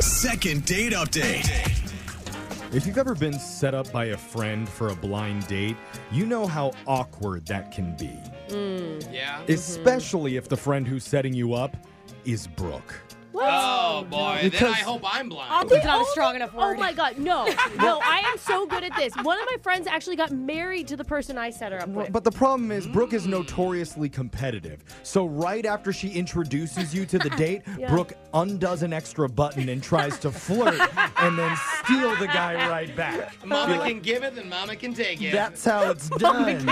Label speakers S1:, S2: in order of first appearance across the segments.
S1: Second date update.
S2: If you've ever been set up by a friend for a blind date, you know how awkward that can be.
S3: Yeah.
S2: Especially if the friend who's setting you up is Brooke.
S3: Oh boy. then I hope I'm blind.
S4: It's not a strong enough word.
S5: Oh my god, no, no! I am so good at this. One of my friends actually got married to the person I set her up with.
S2: But the problem is, Brooke is notoriously competitive. So, right after she introduces you to the date, Brooke undoes an extra button and tries to flirt and then steal the guy right back.
S3: Mama can give it, then Mama can take it.
S2: That's how it's done.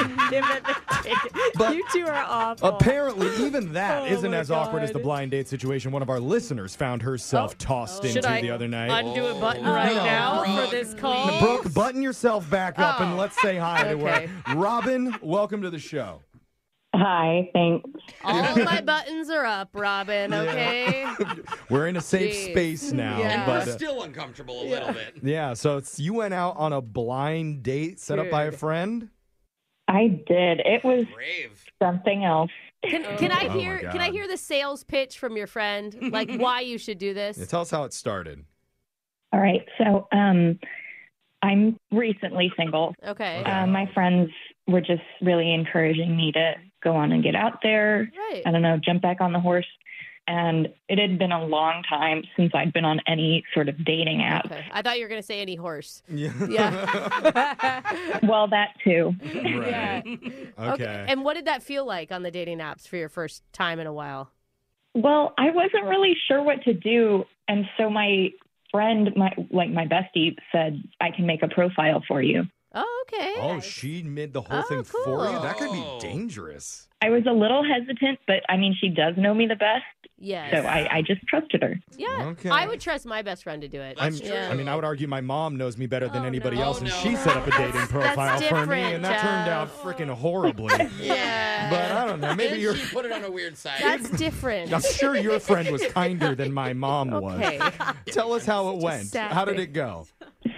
S2: But-
S5: you two are awful.
S2: Apparently, even that not
S5: Oh. my
S2: as awkward as the
S5: God. Oh.
S2: blind date situation one of our listeners found herself tossed into
S5: Should I
S2: the other night.
S5: undo a button right
S3: no,
S5: now
S3: Brooke.
S5: for this call?
S2: Brooke, button yourself back up and let's say hi
S5: Oh. Okay.
S2: to her. Robin, welcome to the show.
S6: Hi, thanks.
S5: All my buttons are up, Robin. Okay.
S2: We're in a safe
S5: Jeez.
S2: space now.
S5: Yeah.
S2: But, uh,
S3: Still uncomfortable a little bit.
S2: yeah, so it's, you went out on a blind date set up by a
S5: Dude.
S2: friend?
S6: I did. It was
S3: Brave.
S6: something else.
S5: Can, can I
S2: Oh my
S5: hear? Can I
S2: God.
S5: hear the sales pitch from your friend, like why you should do this?
S2: Yeah, tell us how it started.
S6: All right. So, um, I'm recently single.
S5: okay.
S6: Uh, my friends were just really encouraging me to go on and get out there.
S5: Right.
S6: I don't know, jump back on the horse. And it had been a long time since I'd been on any sort of dating app.
S5: Okay. I thought you were gonna say any horse.
S2: Yeah.
S5: Yeah.
S6: Well, that too.
S2: right. Okay.
S5: And what did that feel like on the dating apps for your first time in a while?
S6: Well, I wasn't really sure what to do, and so my friend, my like my bestie, said I can make a profile for you.
S5: Oh, okay.
S2: Oh, she made the whole
S5: Oh,
S2: thing for you?
S5: cool.
S2: That could be
S3: Oh.
S2: dangerous.
S6: I was a little hesitant, but I mean, she does know me the best,
S5: Yes.
S6: so I, I just trusted her.
S5: Yeah,
S2: Okay.
S5: I would trust my best friend to do it.
S2: I'm,
S3: That's
S5: true.
S2: I mean, I would argue my mom knows me better than
S5: Oh,
S2: anybody
S5: no.
S2: else, and
S3: Oh, no.
S2: she set up a dating profile for me,
S5: different,
S2: and that turned out freaking horribly.
S5: Yeah.
S2: But I don't know. Maybe
S3: Then
S2: you're.
S3: she put it on a weird side.
S5: That's different.
S2: I'm sure your friend was kinder than my mom
S5: Okay.
S2: was. Tell us how it went.
S5: sad
S2: How did
S5: thing.
S2: it go?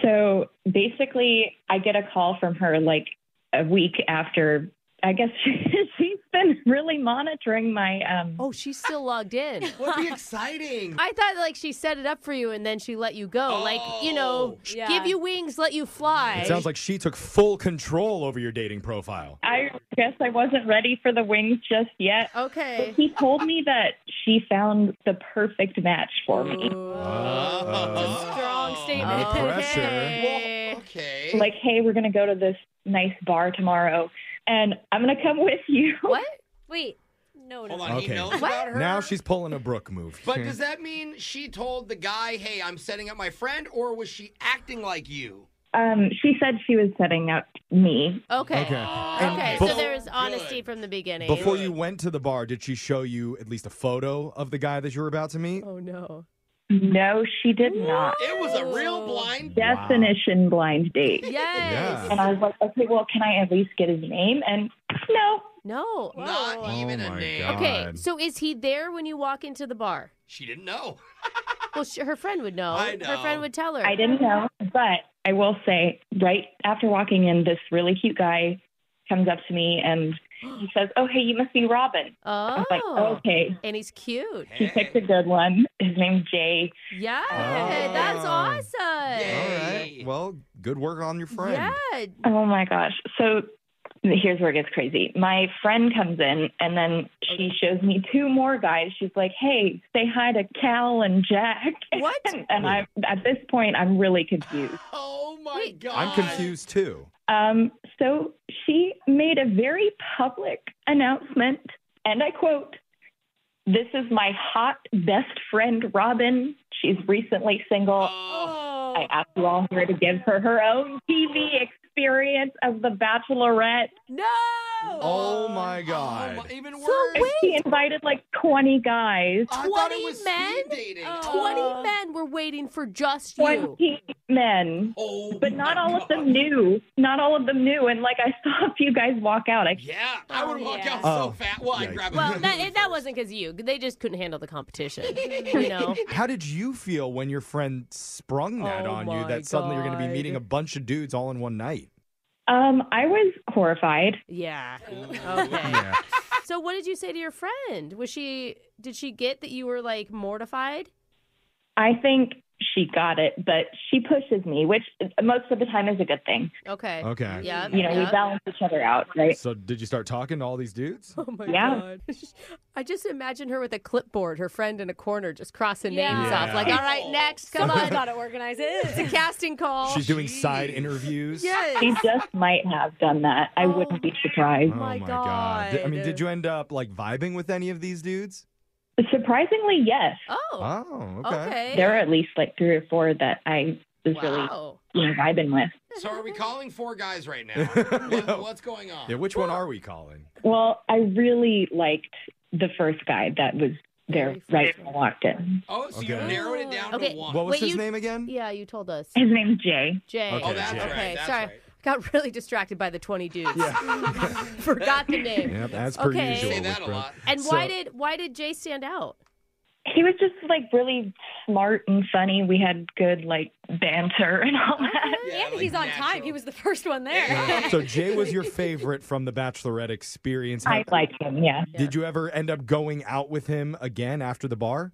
S6: So basically, I get a call from her like a week after. I guess she's been really monitoring my. Um,
S5: Oh, she's still logged in.
S3: would be exciting.
S5: I thought like she set it up for you and then she let you go. Like, you know,
S4: Yeah.
S5: give you wings, let you fly.
S2: Oh, It sounds like she took full control over your dating profile.
S6: I guess I wasn't ready for the wings just yet.
S5: Okay.
S6: He told me that she found the perfect match for me.
S2: Uh,
S5: Uh,
S3: Oh.
S5: Strong statement.
S2: No Oh. pressure.
S5: Okay.
S3: Well, okay.
S6: Like, hey, we're gonna go to this nice bar tomorrow, and I'm gonna come with you.
S5: What?
S4: Wait. No, no.
S3: Hold on. He
S2: Okay.
S3: knows
S2: What?
S3: about her.
S2: Now she's pulling a Brooke move. Hmm.
S3: But does that mean she told the guy, "Hey, I'm setting up my friend," or was she acting like you?
S6: Um, she said she was setting up me.
S5: Okay.
S2: Okay. And
S5: Okay,
S2: bef-
S5: so there was honesty
S3: Good.
S5: from the beginning.
S2: before you went to the bar, did she show you at least a photo of the guy that you were about to meet?
S5: Oh no.
S6: No, she did not.
S3: It was a
S5: Oh.
S3: real blind.
S6: Definition blind date.
S5: Yes.
S2: Yeah.
S6: And I was like, okay, well, can I at least get his name? And no,
S5: No.
S3: Not
S5: Whoa.
S3: even
S2: Oh
S7: my
S3: a name.
S7: God.
S5: Okay, so is he there when you walk into the bar?
S3: She didn't know.
S5: Well, sh her friend would know.
S3: I
S5: Her friend
S3: know.
S5: would tell her.
S6: I didn't know, but I will say, right after walking in, this really cute guy comes up to me and he says, "Oh, hey, you must be Robin."
S5: Oh.
S6: I was like, "Okay."
S5: And he's cute.
S6: He picked a good one. His name's Jay.
S5: Yeah, that's
S2: Oh.
S5: awesome.
S2: All right. Well, good work on your friend.
S5: Yeah.
S6: Oh my gosh. So here's where it gets crazy. My friend comes in and then she shows me two more guys. She's like, Hey, say hi to Cal and Jack.
S5: What?
S6: And, and I at this point I'm really confused.
S3: Oh my
S5: Wait.
S3: god.
S2: I'm confused too.
S6: Um, so she made a very public announcement and I quote this is my hot best friend, Robin. She's recently single.
S3: Oh.
S6: I asked you all here to give her her own TV experience of The Bachelorette.
S5: No.
S2: Oh my
S3: Oh my-
S2: god.
S3: even worse.
S5: So wait,
S6: She invited like 20 guys.
S3: I thought it
S5: 20
S3: was speed
S5: men? Oh.
S3: dating.
S5: 20
S6: Uh.
S5: men were waiting for just you.
S6: 20 men.
S3: Oh,
S6: But not
S3: my
S6: all of
S3: God.
S6: them knew. Not all of them knew. And like I saw a few guys walk out. I
S3: Yeah, I would
S5: Oh,
S3: walk
S5: yeah.
S3: out
S2: Oh.
S3: so fast. Well, I'd
S2: Yikes.
S3: grab a
S5: Well,
S3: cookie
S5: that, it, that
S3: first.
S5: wasn't because you. They just couldn't handle the competition. You know?
S2: How did you feel when your friend sprung that
S5: Oh
S2: on you
S5: my
S2: that suddenly you're going to be
S5: God.
S2: meeting a bunch of dudes all in one night?
S6: um I was horrified.
S5: Yeah. Okay.
S7: Yeah.
S5: So what did you say to your friend? Was she did she get that you were like mortified?
S6: I think she got it, but she pushes me, which most of the time is a good thing.
S5: Okay.
S2: Okay.
S5: Yeah.
S6: You know, we balance each other out, right?
S2: So did you start talking to all these dudes?
S5: Oh my
S6: Yeah.
S5: god. I just imagine her with a clipboard, her friend in a corner just crossing
S4: Yeah.
S5: names off. Like,
S2: Yeah.
S5: all right, next, come
S4: Someone's
S5: on.
S4: got to organize it.
S5: It's a casting call.
S2: She's doing side
S3: jeez.
S2: interviews.
S5: yes.
S6: She just might have done that. I
S5: Oh.
S6: wouldn't be surprised.
S2: Oh
S5: my
S2: my, god. Di- I mean,
S5: God.
S2: did you end up like vibing with any of these dudes?
S6: Surprisingly, yes.
S5: Oh.
S2: Oh, okay.
S5: Okay.
S6: There are at least like three or four that I was really
S5: Wow.
S6: you know, vibing with.
S3: So are we calling four guys right now?
S2: Yeah.
S3: what, what's going on?
S2: Yeah, which one are we calling?
S6: Well, I really liked the first guy that was there
S5: Very first
S6: right when I
S5: one.
S6: walked in.
S3: Oh, so you
S2: Okay.
S3: narrowed it down
S5: Okay.
S3: to one.
S2: What was
S5: uh, Wait,
S2: his
S5: you-
S2: name again?
S5: Yeah, you told us.
S6: His name's Jay.
S5: Jay.
S2: Okay,
S3: oh, that's
S2: Jay.
S3: right.
S5: Okay,
S3: that's
S5: sorry.
S3: right.
S5: Got really distracted by the 20 dudes. Forgot the name.
S2: Yep, as per
S5: Okay.
S2: usual.
S3: Say
S2: with
S3: that a
S2: Brooke.
S3: lot.
S5: And why
S2: So-
S5: did why did Jay stand out?
S6: He was just like really smart and funny. We had good like banter and all that.
S3: Yeah,
S4: and
S3: like
S4: he's on time.
S3: natural.
S4: He was the first one there.
S3: Yeah.
S2: So Jay was your favorite from the Bachelorette experience.
S6: I liked him, yeah.
S2: Did you ever end up going out with him again after the bar?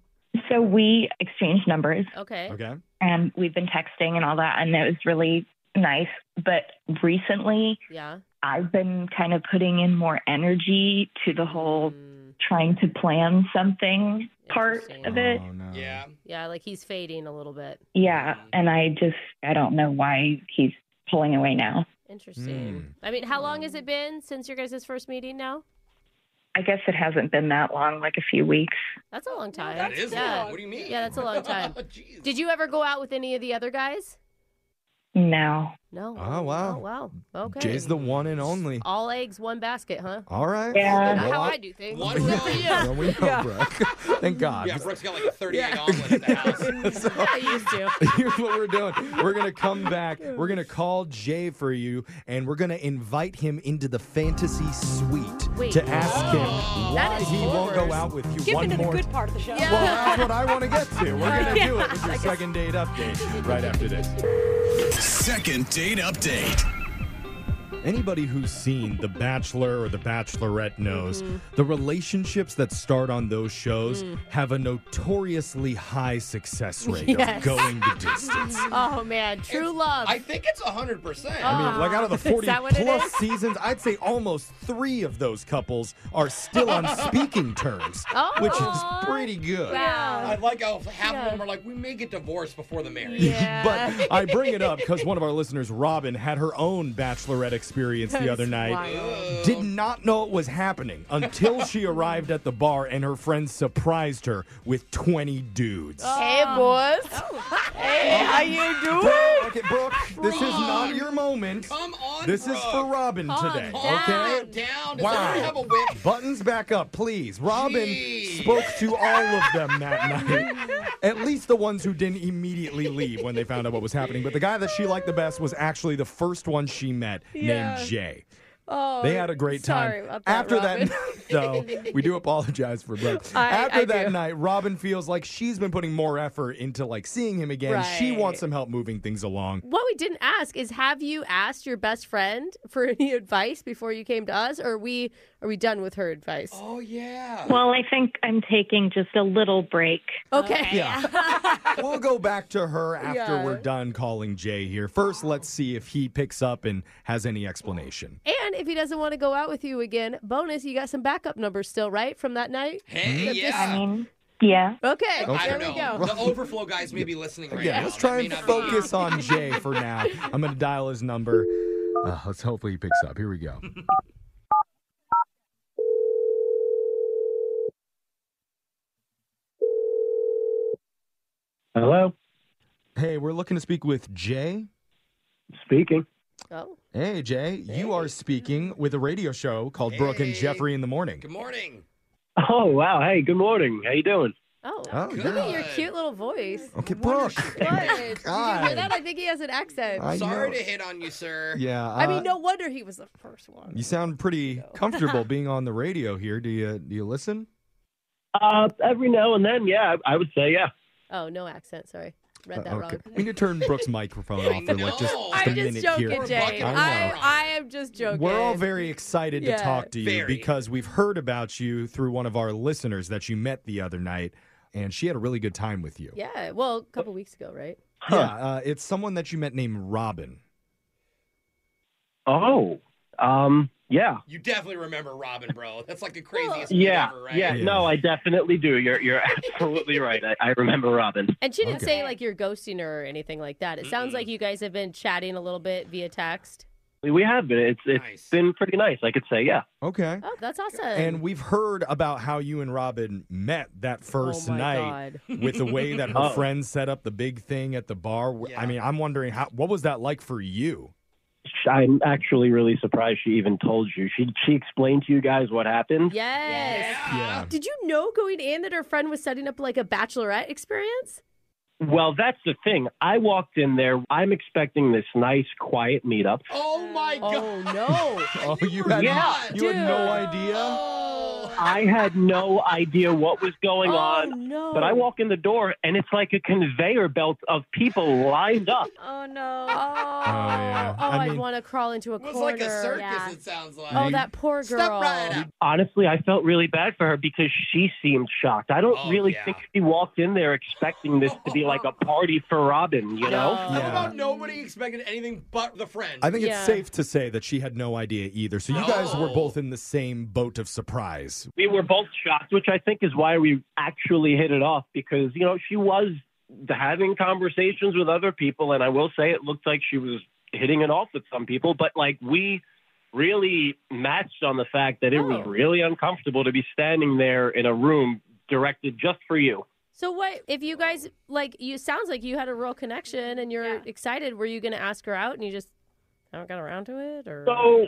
S6: So we exchanged numbers
S5: Okay.
S2: Okay.
S6: and we've been texting and all that, and it was really nice. But recently,
S5: Yeah.
S6: I've been kind of putting in more energy to the whole
S5: Mm,
S6: trying to plan something part
S5: Interesting.
S6: of it.
S2: Oh, no.
S3: Yeah.
S5: yeah, like he's fading a little bit.
S6: Yeah, and I just I don't know why he's pulling away now.
S5: Interesting.
S3: Hmm.
S5: I mean, how long has
S8: Hmm.
S5: it been since your guys' first meeting now?
S6: I guess it hasn't been that long, like a few weeks.
S5: That's a long time.
S3: That is
S5: yeah.
S3: long. What do you mean?
S5: Yeah, that's a long
S2: uh,
S5: time.
S3: Oh, Jeez.
S5: Did you ever go out with any of the other guys?
S6: No,
S5: No.
S2: Oh, wow.
S5: Oh, wow. Okay.
S2: Jay's the one and only.
S5: All eggs, one basket, huh?
S2: All right.
S6: Yeah.
S5: Not
S2: Well,
S5: how
S2: I-
S5: I do things.
S3: One
S5: Good
S3: wrong.
S5: for you.
S2: Well, we know, Brooke. Thank God.
S3: Yeah, Brooke's got like a 38 omelet at the house.
S5: I used to.
S2: Here's what we're doing. We're going to come back. We're going to call Jay for you, and we're going to invite him into the fantasy suite
S5: Wait.
S2: to ask him
S5: That
S2: why
S5: is
S2: he won't go
S5: horrors.
S2: out with you
S4: Skip
S2: one
S4: into the
S2: more
S4: good part of the show.
S5: Yeah.
S2: Well, that's what I want to get to. We're going to do it with your second date update right after this.
S1: Second date update.
S2: Anybody who's seen The Bachelor or The Bachelorette knows
S5: Mm-hmm.
S2: the relationships that start on those shows
S5: Mm.
S2: have a notoriously high success rate
S5: Yes.
S2: of going the distance.
S5: Oh, man. True love.
S3: I think it's 100%.
S2: I mean, like out of the 40
S5: that what it
S2: plus
S5: is?
S2: seasons, I'd say almost three of those couples are still on speaking terms,
S5: Oh.
S2: which is pretty good.
S5: Wow.
S3: I like how half
S5: Yeah.
S3: of them are like, we may get divorced before the marriage.
S5: Yeah.
S2: But I bring it up because one of our listeners, Robin, had her own bachelorette experience the other night.
S5: wild.
S2: Did not know it was happening until she arrived at the bar and her friends surprised her with 20 dudes.
S5: Oh.
S8: Hey,
S5: Um,
S8: boys. Hey, how you doing?
S2: Brooke, okay, Brooke, this is not your moment.
S3: Come on,
S2: This is for
S3: Brooke.
S2: Robin
S5: Calm
S2: today,
S5: down.
S2: okay?
S3: Calm down. Does
S2: Wow.
S3: everyone have a whip?
S2: Buttons back up, please. Robin
S3: Jeez.
S2: spoke to all of them that night. At least the ones who didn't immediately leave when they found out what was happening. But the guy that she liked the best was actually the first one she met named Jay.
S5: Oh,
S2: they had a great time.
S5: sorry about that,
S2: After
S5: Robin.
S2: that, though, we do apologize for Brooke.
S5: I-
S2: After
S5: I
S2: that
S5: do.
S2: night, Robin feels like she's been putting more effort into like seeing him again. She
S5: Right.
S2: wants some help moving things along.
S5: What we didn't ask is have you asked your best friend for any advice before you came to us or are we are we done with her advice?
S3: Oh yeah.
S9: Well, I think I'm taking just a little break.
S5: Okay.
S2: Yeah. we'll go back to her after
S5: Yeah.
S2: we're done calling Jay here. First, let's see if he picks up and has any explanation.
S5: And if he doesn't want to go out with you again, bonus, you got some backup numbers still, right? From that night?
S3: Hey,
S5: That this-
S3: yeah.
S9: Yeah.
S5: Okay,
S2: Okay.
S3: I
S5: there
S3: don't
S5: we
S3: know.
S5: go.
S3: The overflow guys may be listening right
S2: yeah,
S3: now.
S2: let's
S3: That
S2: try
S3: may
S2: and
S3: not be you.
S2: focus on Jay for now. I'm going to dial his number. Uh, let's hopefully he picks up. Here we go.
S6: Hello,
S2: Hey, we're looking to speak with Jay.
S6: speaking.
S5: Oh.
S2: Hey, Jay, you are speaking with a radio show called Brooke and Jeffrey in the Morning.
S3: Good morning.
S6: Oh wow! Hey, good morning. How you doing?
S5: Oh,
S2: Oh,
S5: look at your
S2: good.
S5: cute little voice.
S2: Okay, Brooke.
S5: What? Did you hear
S2: God.
S5: that? I think he has an accent.
S2: I
S3: Sorry
S2: know.
S3: to hit on you, sir.
S2: Yeah,
S5: I mean,
S2: uh,
S5: no wonder he was the first one.
S2: You sound pretty comfortable being on the radio here. Do you do you listen?
S6: Uh, every now and then, yeah, I, I would say, yeah.
S5: Oh, no accent. Sorry. Read that
S2: Uh,
S5: wrong.
S2: We need to turn Brooke's microphone off for like just,
S3: know.
S2: just a
S5: I'm just
S2: minute
S5: joking,
S2: here.
S5: Jay.
S2: I know.
S5: I, I am just joking.
S2: We're all very excited
S5: Yeah.
S2: to talk to you
S3: Very.
S2: because we've heard about you through one of our listeners that you met the other night, and she had a really good time with you.
S5: Yeah, well, a couple weeks ago, right?
S2: Yeah, uh, it's someone that you met named Robin.
S6: Oh, um, yeah,
S3: You definitely remember Robin, bro. That's like the craziest meet
S6: yeah,
S3: ever, right?
S6: yeah. No, I definitely do. You're you're absolutely right. I, I remember Robin.
S5: And she didn't
S2: Okay.
S5: say like you're ghosting her or anything like that. It sounds like you guys have been chatting a little bit via text.
S6: We- We have been. It's it's
S3: Nice.
S6: been pretty nice. I could say, yeah.
S2: Okay.
S5: Oh, that's awesome.
S2: And we've heard about how you and Robin met that first
S5: oh my
S2: night
S5: God.
S2: with the way that her
S6: Oh.
S2: friends set up the big thing at the bar. I
S3: Yeah.
S2: mean, I'm wondering how what was that like for you?
S6: I'm actually really surprised she even told you. She she explained to you guys what happened.
S5: Yes.
S2: Yeah.
S5: Did you know going in that her friend was setting up like a bachelorette experience?
S6: Well, that's the thing. I walked in there. I'm expecting this nice, quiet meetup.
S3: Oh my god.
S5: Oh no.
S2: Oh, you
S3: were
S2: had
S3: not.
S2: you had no
S5: Dude.
S2: idea.
S3: Oh.
S6: I had no idea what was going
S5: oh
S6: on.
S5: no.
S6: But I walk in the door and it's like a conveyor belt of people lined up.
S10: Oh
S5: Oh,
S10: no.
S2: yeah.
S5: oh,
S2: I
S5: I
S2: mean-
S5: would want to crawl into a
S3: It was
S5: corner.
S3: like a circus,
S10: yeah.
S3: it sounds like.
S5: Oh, that poor girl.
S3: Step right up.
S6: Honestly, I felt really bad for her because she seemed shocked. I don't
S3: Oh,
S6: really
S3: yeah.
S6: think she walked in there expecting this to be like a party for Robin, you know?
S3: How
S2: Yeah.
S3: about nobody expected anything but the friend?
S2: I think
S5: Yeah.
S2: it's safe to say that she had no idea either. So you guys were
S3: Oh.
S2: both in the same boat of surprise.
S6: We were both shocked, which I think is why we actually hit it off because, you know, she was having conversations with other people. And I will say it looked like she was hitting it off with some people, but like we really matched on the fact that it was
S5: Oh.
S6: really uncomfortable to be standing there in a room directed just for you.
S5: So what if you guys like you sounds like you had a real connection and you're
S10: Yeah.
S5: excited, were you gonna ask her out and you just haven't got around to it or
S6: So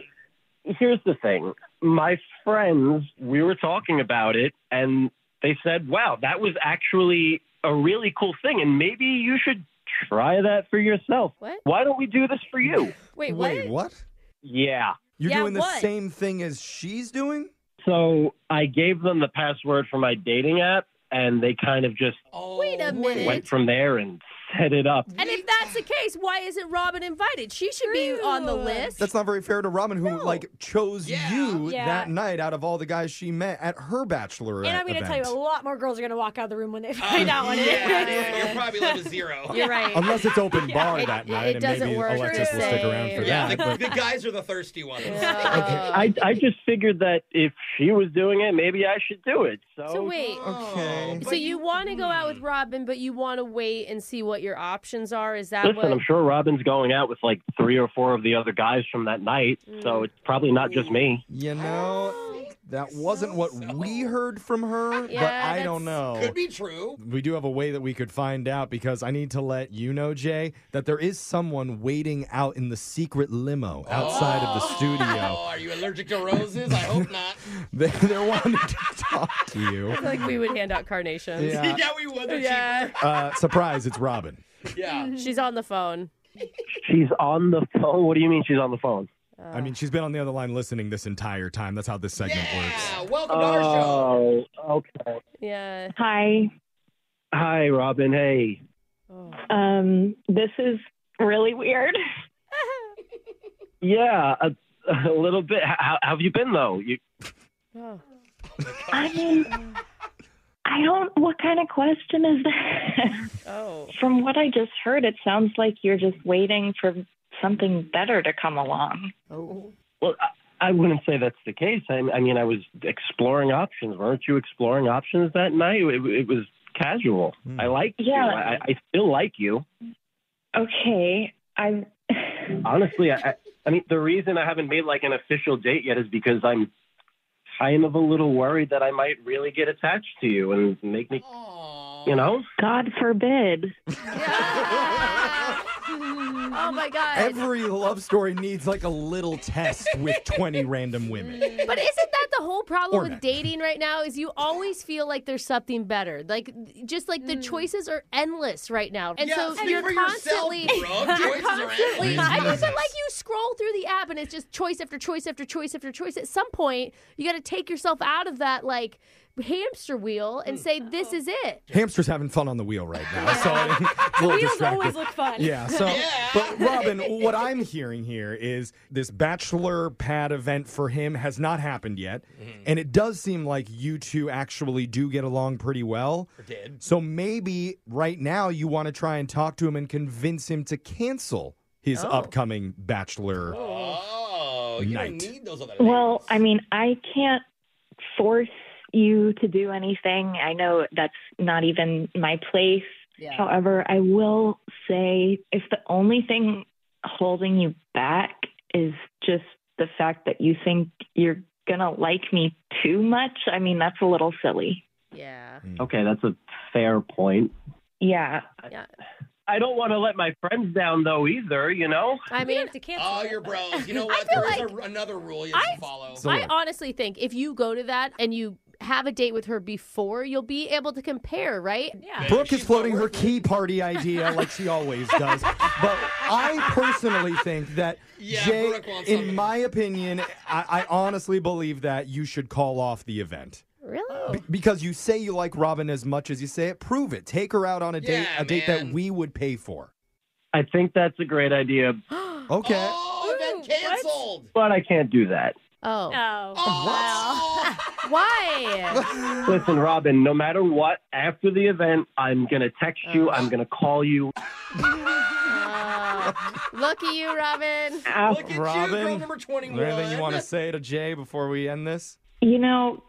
S6: here's the thing. My friends, we were talking about it and they said, wow, that was actually a really cool thing. And maybe you should try that for yourself.
S5: What?
S6: Why don't we do this for you?
S5: Wait, what?
S2: Wait, what?
S6: yeah.
S2: You're
S5: Yeah,
S2: doing the
S5: what?
S2: same thing as she's doing?
S6: So I gave them the password for my dating app and they kind of just
S3: Oh,
S5: Wait a minute.
S6: went from there and set it up.
S5: And if that's the case, why isn't Robin invited? She should be on the list.
S2: That's not very fair to Robin, who like chose
S3: Yeah.
S2: you
S10: Yeah.
S2: that night out of all the guys she met at her bachelorette
S10: And I'm going to
S2: event.
S10: tell you, a lot more girls are going to walk out of the room when they
S3: Oh,
S10: find out what it is.
S3: yeah, dude, You're probably like a zero.
S5: You're right.
S2: Unless it's open bar that
S5: it-
S2: night,
S5: it
S2: and
S5: doesn't
S2: maybe
S5: work
S2: Alexis
S5: the
S2: will stick around
S5: same.
S2: for
S3: Yeah,
S2: that.
S3: the,
S2: But
S3: the guys are the thirsty ones.
S6: I, I just figured that if she was doing it, maybe I should do it.
S5: so wait.
S2: okay.
S5: So you hmm. want to go out with Robin, but you want to wait and see what your options are. Is that
S6: Listen,
S5: what?
S6: I'm sure Robin's going out with like three or four of the other guys from that night, so
S5: Mm.
S6: it's probably not just me.
S2: you know, that wasn't what we heard from her,
S5: Yeah,
S2: but I don't
S5: that's-
S2: know.
S3: Oh. Could be true.
S2: we do have a way that we could find out because I need to let you know, Jay, that there is someone waiting out in the secret limo outside of the
S3: Oh,
S2: studio.
S3: are you allergic to roses? I hope not.
S2: They, they're wanting to talk to you.
S5: I feel like we would hand out carnations.
S2: Yeah.
S3: Yeah, we would. They're
S5: Yeah.
S2: Uh, surprise, it's Robin.
S3: cheap. Yeah.
S5: She's on the phone.
S6: She's on the phone. What do you mean she's on the phone?
S5: Uh,
S2: I mean, she's been on the other line listening this entire time. That's how this segment works.
S3: Uh, Welcome
S7: to our show. Oh, okay.
S5: Yeah.
S6: Hi.
S7: Hi, Robin. Hey.
S6: Um, this is really weird.
S7: Yeah, a, a little bit. How, how have you been though? You,
S6: I mean, I don't. What kind of question is that?
S8: Oh.
S6: From what I just heard, it sounds like you're just waiting for something better to come along.
S8: Oh.
S7: well, I, I wouldn't say that's the case. I, I mean, I was exploring options. Weren't you exploring options that night? It, it was casual.
S3: Hmm.
S7: I liked
S6: Yeah.
S7: you. I, I still like you.
S6: Okay, I.
S7: Honestly, I, I- I mean, the reason I haven't made like an official date yet is because I'm kind of a little worried that I might really get attached to you and make me, you know.
S6: God forbid.
S5: oh my god.
S2: Every love story needs like a little test with 20 random women.
S5: But isn't that the whole problem
S2: Or
S5: with
S2: men.
S5: dating right now? Is you always feel like there's something better. Like just like the choices are endless right now, and
S8: Yeah,
S5: so
S8: speak
S5: you're
S8: for yourself,
S5: constantly.
S8: bro.
S5: you're
S8: Choices are
S5: constantly-
S8: endless.
S5: I mean, but like you scroll through the app, and it's just choice after choice after choice after choice. At some point, you got to take yourself out of that like hamster wheel and
S3: Hmm.
S5: say, "This is it."
S2: Hamster's having fun on the wheel right now, so it's a little
S5: Wheels
S2: distracting.
S5: always look fun.
S2: Yeah. So, but Robin, what I'm hearing here is this bachelor pad event for him has not happened yet, and it does seem like you two actually do get along pretty well.
S3: did.
S2: So maybe right now you want to try and talk to him and convince him to cancel his
S6: Oh.
S2: upcoming bachelor.
S3: Oh, you
S2: Night.
S3: don't need those other
S6: Well, I mean, I can't force you to do anything. I know that's not even my place.
S8: Yeah.
S6: However, I will say if the only thing holding you back is just the fact that you think you're going to like me too much, I mean, that's a little silly.
S5: Yeah.
S7: Okay, that's a fair point.
S6: Yeah.
S7: I don't want to let my friends down though either, you know?
S5: I mean,
S4: have to cancel.
S3: Oh, you're bros. You know
S5: I
S3: what?
S5: feel
S3: There is a,
S5: like-
S3: another rule you have
S5: I,
S3: to follow.
S5: I honestly think if you go to that and you have a date with her before, you'll be able to compare, right? Yeah.
S2: Brooke is floating her key party idea like she always does. But I personally think that, Jay, in my opinion, I, I honestly believe that you should call off the event.
S5: Really?
S2: B- because you say you like Robin as much as you say it. Prove it. Take her out on a date,
S3: Yeah,
S2: a date that
S3: man.
S2: we would pay for.
S7: I think that's a great idea,
S2: Okay.
S3: Oh, event canceled.
S7: but I can't do that.
S5: Oh.
S4: Oh.
S5: Wow.
S3: Oh,
S5: Why?
S7: Listen, Robin, no matter what, after the event, I'm going to text you,
S3: Uh-huh.
S7: I'm going to call you.
S5: Look at Uh, you, Robin.
S6: Look
S2: at Robin, girl number
S3: 21.
S2: Anything you want to say to Jay before we end this?
S6: You know,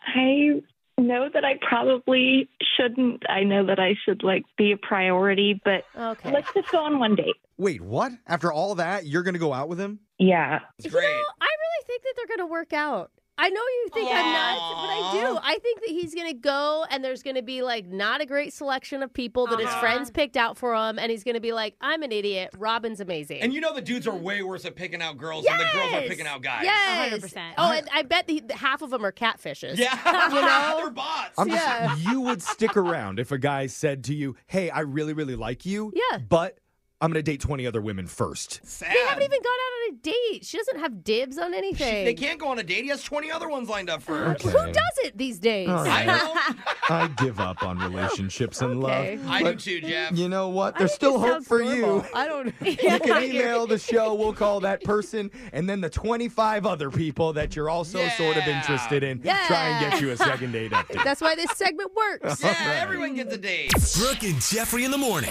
S6: I know that I probably shouldn't. I know that I should like be a priority, but
S5: okay.
S6: let's just go on one date.
S2: Wait, what? After all that, you're going to go out with him?
S6: Yeah.
S3: It's great.
S5: I really think that they're going to work out. I know you think I'm not, but I do. I think that he's going to go and there's going to be like not a great selection of people that his
S3: Uh-huh.
S5: friends picked out for him. And he's going to be like, I'm an idiot. Robin's amazing.
S3: and you know the dudes are way worse at picking out girls than the girls are picking out guys.
S5: Mm-hmm. Yes. 100%. Oh, and I bet the, half of them are catfishes.
S3: Yeah.
S5: you know?
S3: They're bots.
S2: I'm just,
S5: Yeah.
S2: you would stick around if a guy said to you, hey, I really, really like you.
S5: Yeah.
S2: But I'm going to date 20 other women first.
S5: They haven't even gone out on a date. She doesn't have dibs on anything.
S3: They can't go on a date. He has 20 other ones lined up for her.
S5: Who does it these days?
S2: All right.
S3: I
S2: I give up on relationships and
S5: Okay.
S2: love.
S3: I do
S2: but
S3: too, Jeff.
S2: You know what? There's still hope for you.
S5: I don't.
S2: You can email the show. We'll call that person, and then the 25 other people that you're also sort of interested in. Try and get you a second date update.
S5: That's why this segment works.
S2: Yeah, All right.
S3: Everyone gets a date.
S1: Brooke and Jeffrey in the morning.